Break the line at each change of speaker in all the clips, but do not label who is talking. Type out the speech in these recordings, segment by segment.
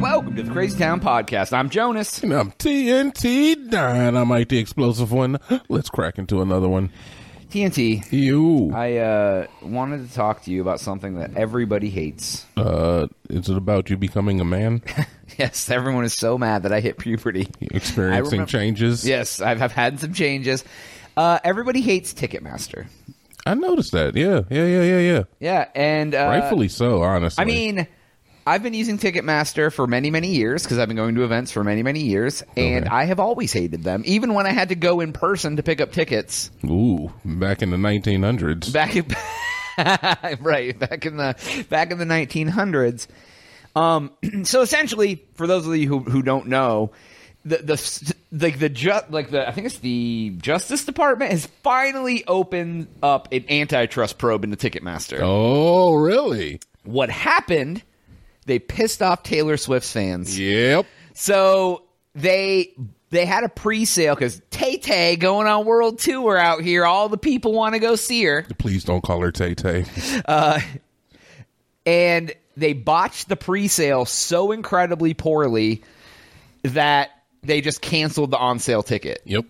Welcome to the Crazy Town Podcast. I'm Jonas.
And I'm TNT Dynamite, the explosive one. Let's crack into another one.
TNT,
You.
I uh, wanted to talk to you about something that everybody hates.
Uh, is it about you becoming a man?
Yes, everyone is so mad that I hit puberty. I
Experiencing
remember-
changes?
Yes, I've, I've had some changes. Uh, everybody hates Ticketmaster.
I noticed that. Yeah, yeah, yeah, yeah, yeah.
Yeah, and uh,
Rightfully so, honestly.
I mean, I've been using Ticketmaster for many, many years because I've been going to events for many, many years, and
Okay.
I have always hated them. Even when I had to go in person to pick up tickets
Ooh, back in the 1900s.
back in, right back in the back in the 1900s. Um, so essentially, for those of you who, who don't know, the the s- like the ju- like the I think it's the Justice Department has finally opened up an antitrust probe into Ticketmaster
oh, really?
what happened they pissed off taylor swift's fans
Yep.
so they they had a pre-sale because tay tay going on world tour out here all the people want to go see her
Please don't call her Tay Tay.
and they botched the pre-sale so incredibly poorly that they just canceled the on-sale ticket
Yep.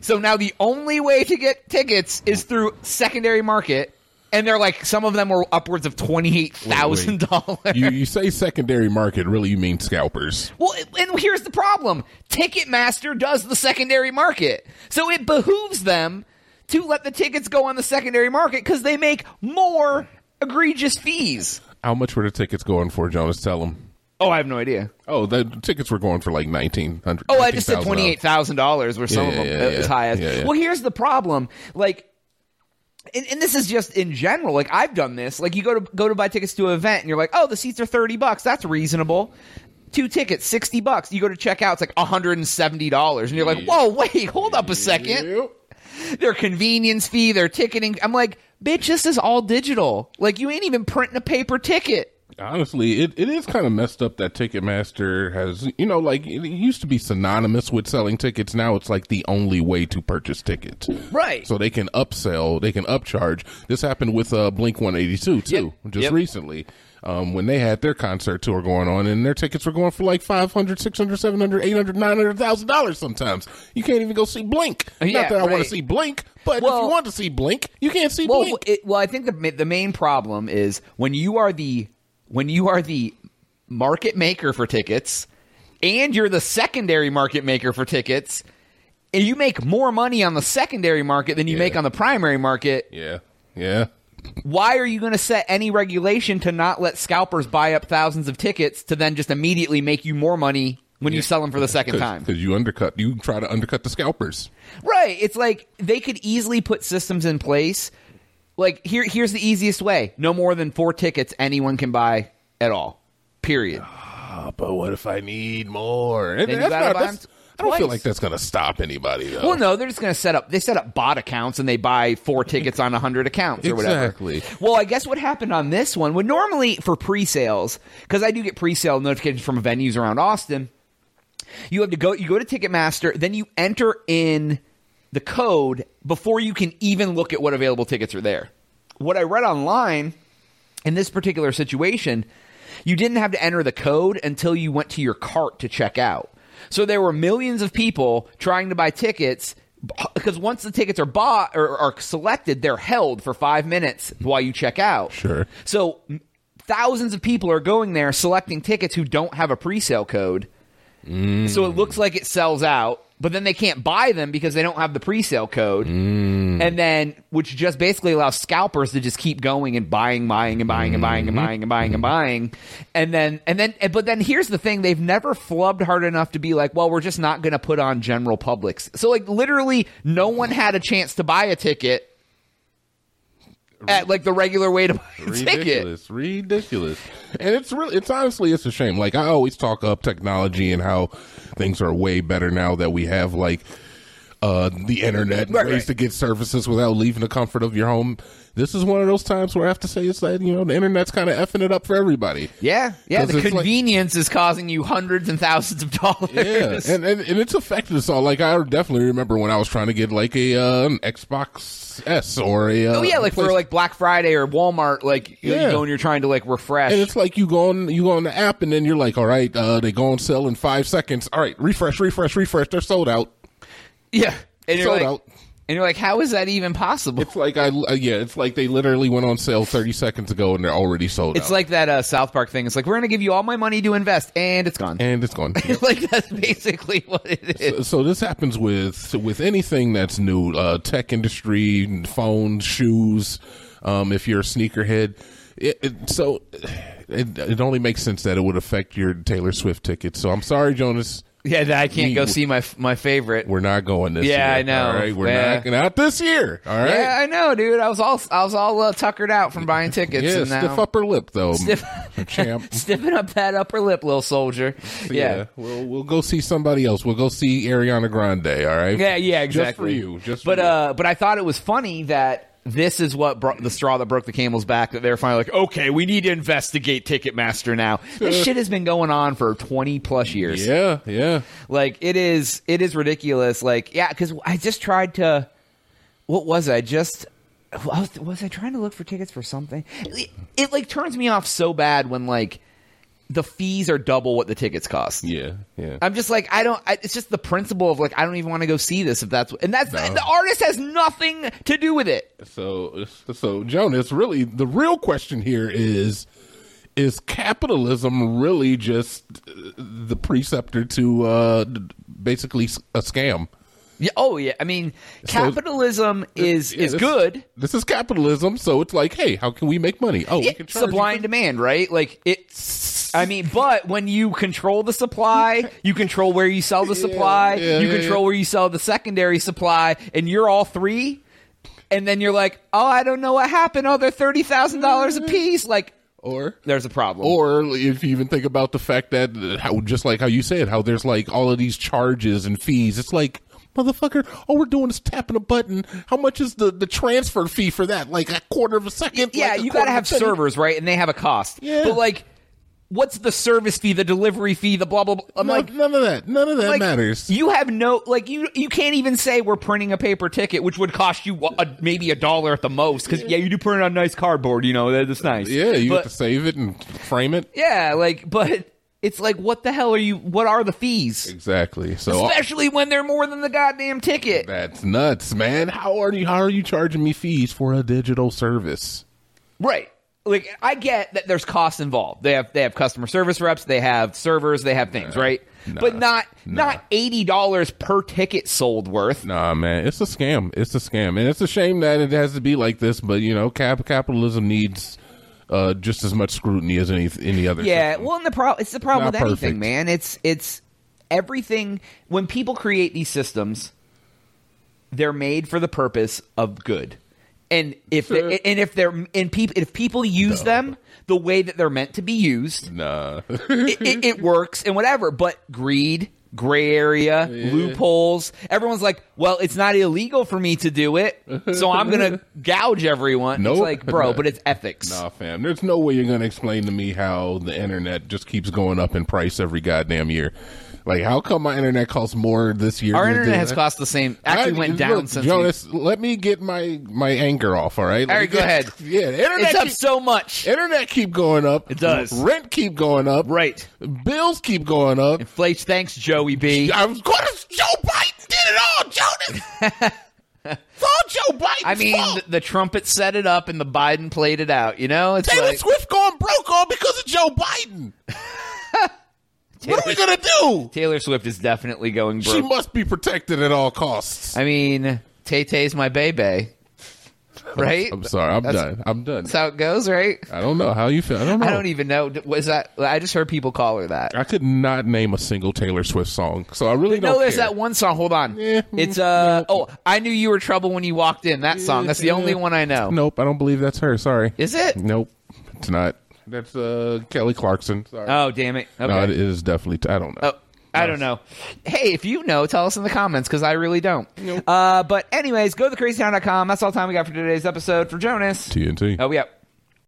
so now the only way to get tickets is through secondary market and they're like some of them were upwards of $28000
You, you say secondary market, really, you mean scalpers.
Well, and here's the problem Ticketmaster does the secondary market. So it behooves them to let the tickets go on the secondary market because they make more egregious fees.
How much were the tickets going for, Jonas? Tell them.
Oh, I have no idea.
Oh, the tickets were going for like 1900
Oh, I just said
$19,000.
$28,000 were some of
Yeah,
them
yeah,
as
yeah.
high as.
Yeah, yeah.
Well, here's the problem. Like, and, and this is just in general. Like I've done this. Like you go to go to buy tickets to an event, and you're like, oh, the seats are thirty bucks. That's reasonable. Two tickets, sixty bucks. You go to check out, it's like hundred and seventy dollars, and you're like, whoa, wait, hold up a second.
Yep.
Their convenience fee, their ticketing. I'm like, bitch, this is all digital. Like you ain't even printing a paper ticket.
Honestly, it, it is kind of messed up that Ticketmaster has, you know, like it used to be synonymous with selling tickets. Now it's like the only way to purchase tickets.
Right.
So they can upsell, they can upcharge. This happened with uh, Blink 182 too,
Yep.
just
Yep.
recently. Um, when they had their concert tour going on and their tickets were going for like 500, 600, 700, 800, 900,000 dollars sometimes. You can't even go see Blink.
Yeah,
Not that I want
right.
to see Blink, but if
Well-
you want to see Blink, you can't see
Well,
Blink.
it, well, I think the ma- the main problem is when you are the when you are the market maker for tickets, and you're the secondary market maker for tickets, and you make more money on the secondary market than you
Yeah.
make on the primary market.
Yeah. Yeah.
Why are you going to set any regulation to not let scalpers buy up thousands of tickets to then just immediately make you more money? When you sell them for the second time,
Because you undercut, you try to undercut the scalpers.
Right. It's like they could easily put systems in place. Like here here's the easiest way. No more than 4 tickets anyone can buy at all. Period.
but what if I need more? And
Then you
that's
gotta
not-
buy 'em
that's- I don't feel
twice.
like that's going to stop anybody, though.
Well, no, they're just going to set up. They set up bot accounts and they buy four tickets on hundred accounts or whatever.
Exactly.
Well, I guess what happened on this one would normally for pre-sales because I do get pre-sale notifications from venues around Austin. You have to go. You go to Ticketmaster, then you enter in the code before you can even look at what available tickets are there. What I read online in this particular situation, you didn't have to enter the code until you went to your cart to check out. So there were millions of people trying to buy tickets b- because once the tickets are bought or are selected, they're held for five minutes while you check out.
Sure.
So m- thousands of people are going there selecting tickets who don't have a pre-sale code. So it looks like it sells out, but then they can't buy them because they don't have the pre-sale code.
Mm.
And then which just basically allows scalpers to just keep going and buying, buying and buying and buying and
Mm-hmm.
buying and buying and buying. And then and then but then here's the thing, they've never flubbed hard enough to be like, well, we're just not going to put on general publics. So like literally no one had a chance to buy a ticket at like the regular way to buy a ticket.
ridiculous, ridiculous. And it's really, it's honestly, it's a shame. Like I always talk up technology and how things are way better now that we have like uh, the internet,
Right,
ways
right.
to get services without leaving the comfort of your home. This is one of those times where I have to say it's that you know the internet's kind of effing it up for everybody.
Yeah, yeah.
'Cause
The
it's like-
convenience is causing you hundreds and thousands of dollars.
Yeah, and, and and it's affected us all. Like I definitely remember when I was trying to get like a uh, an Xbox S or a uh,
oh yeah, like for
Play-
like Black Friday or Walmart, like you, know, you
Yeah.
go and you're trying to like refresh.
And it's like you go on you go on the app and then you're like, all right, uh, they go on sale in five seconds. All right, refresh, refresh, refresh. They're sold out.
yeah, and you're
sold
like,
out.
and you're like, how is that even possible?
It's like I uh, yeah, it's like they literally went on sale thirty seconds ago and they're already sold
It's
out.
like that uh, South Park thing. It's like we're going to give you all my money to invest, and it's gone.
and it's gone.
like that's basically what it is.
so this happens with with anything that's new uh, tech industry phones shoes um, if you're a sneakerhead it, it, so it, it only makes sense that it would affect your taylor swift ticket so i'm sorry jonas
Yeah, that I can't
We-
go see my f- my favorite.
we're not going this
Yeah,
year
I know.
all right we're
Yeah.
not not this year all right
Yeah, I know, dude. I was all I was all uh, tuckered out from buying tickets,
yeah,
and now
stiff upper lip though
Stiff-
champ
stiffen up that upper lip, little soldier. Yeah,
we'll we'll go see somebody else. We'll go see Ariana Grande. All right.
yeah, yeah, exactly.
Just for you. Just for
but
you.
uh, but I thought it was funny that. This is what brought the straw that broke the camel's back. That they're finally like, okay, we need to investigate Ticketmaster now. This shit has been going on for twenty plus years.
yeah, yeah.
Like it is, it is ridiculous. Like yeah, because I just tried to. What was I just? I Was, was I trying to look for tickets for something? It, it, like turns me off so bad when like the fees are double what the tickets cost.
Yeah, yeah.
I'm just like I don't. I, it's just the principle of like I don't even want to go see this if that's and that's the artist has nothing to do with it.
So, so Jonas, really, the real question here is: Is capitalism really just uh, the preceptor to uh, d- basically s- a scam?
Yeah, oh yeah. I mean, capitalism is
Yeah,
is
this-
good.
This is capitalism, so it's like, hey, how can we make money? Oh, we can charge you
supply
for-
and demand, right? Like it's. I mean, but when you control the supply, you control where you sell the supply,
yeah,
you
yeah,
control
yeah.
where you sell the secondary supply, and you're all three. And then you're like, oh, I don't know what happened. Oh, they're thirty thousand dollars a piece. Like,
or.
there's a problem.
Or if you even think about the fact that uh, how just like how you said, how there's like all of these charges and fees. It's like motherfucker, all we're doing is tapping a button. How much is the, the transfer fee for that? Like a quarter of a second?
yeah,
Like a
you got
quarter
to
of a
have
penny?
servers, right? And they have a cost.
Yeah.
But like, what's the service fee, the delivery fee, the blah blah? blah? I'm
No,
like,
none of that. None of that
like,
matters.
You have no like you you can't even say we're printing a paper ticket, which would cost you a, maybe a dollar at the most. Because yeah. you do print it on nice cardboard, you know that- that's nice.
Uh, yeah, you
but,
have to save it and frame it.
yeah, like but it's like what the hell are you? What are the fees?
Exactly. So oh,
Especially when they're more than the goddamn ticket.
that's nuts, man. How are you? How are you charging me fees for a digital service?
Right. Like I get that there's costs involved. They have they have customer service reps, they have servers, they have things, right?
Nah.
but not not eighty dollars per ticket sold worth.
Nah, man, it's a scam. It's a scam, and it's a shame that it has to be like this. But you know, cap- capitalism needs uh, just as much scrutiny as any any other.
Yeah,
system.
well, and the problem it's the problem
Not
with anything,
perfect.
man. It's it's everything when people create these systems, they're made for the purpose of good. And if
Sure.
they, and if they're and people if people use them the way that they're meant to be used,
nah.
it, it, it works and whatever. But greed, gray area, loopholes. Everyone's like, well, it's not illegal for me to do it, so I'm gonna gouge everyone. It's
Nope.
like, bro, but it's ethics.
Nah, fam. There's no way you're gonna explain to me how the internet just keeps going up in price every goddamn year. Like, how come my internet costs more this year?
Our
than it
internet
did-
has cost the same. Actually,
I-
went down
look,
since. we-
Jonas. Let me get my my anchor off. All right. Let
All
me
right, go
get-
ahead.
Yeah, the internet.
It's up
keep-
so much.
Internet keep going up.
It does.
Rent keep going up.
Right.
Bills keep going up.
Inflation. Thanks, Joey B.
I was going to. Joe Biden did it all, Jonas. it's all Joe Biden's
I mean,
fault.
the, the trumpet set it up and the Biden played it out. You know, it's
Taylor
like
Swift going broke all because of Joe Biden. what are we gonna do?
Taylor Swift is definitely going
She
broke.
must be protected at all costs.
I mean, Tay Tay's my baby, right?
I'm sorry. I'm
That's-
done. I'm done.
That's how it goes, right?
I don't know how you feel. I don't know.
I don't e- even know. Was that? I just heard people call her that.
I could not name a single Taylor Swift song, so I really don't.
No, there's
care.
that one song. Hold on.
Yeah.
It's uh oh, I knew you were trouble when you walked in. That song. That's the only one I know.
Nope, I don't believe that's her. Sorry.
Is it?
Nope, it's not. That's uh Kelly Clarkson. Sorry.
Oh damn it. Okay.
No, it is definitely. I I don't know.
Oh, I I don't know. Hey, if you know, tell us in the comments because I really don't. Uh, but anyways, go to thecrazytown.com. That's all the time we got for today's episode. For Jonas,
TNT.
oh, we out.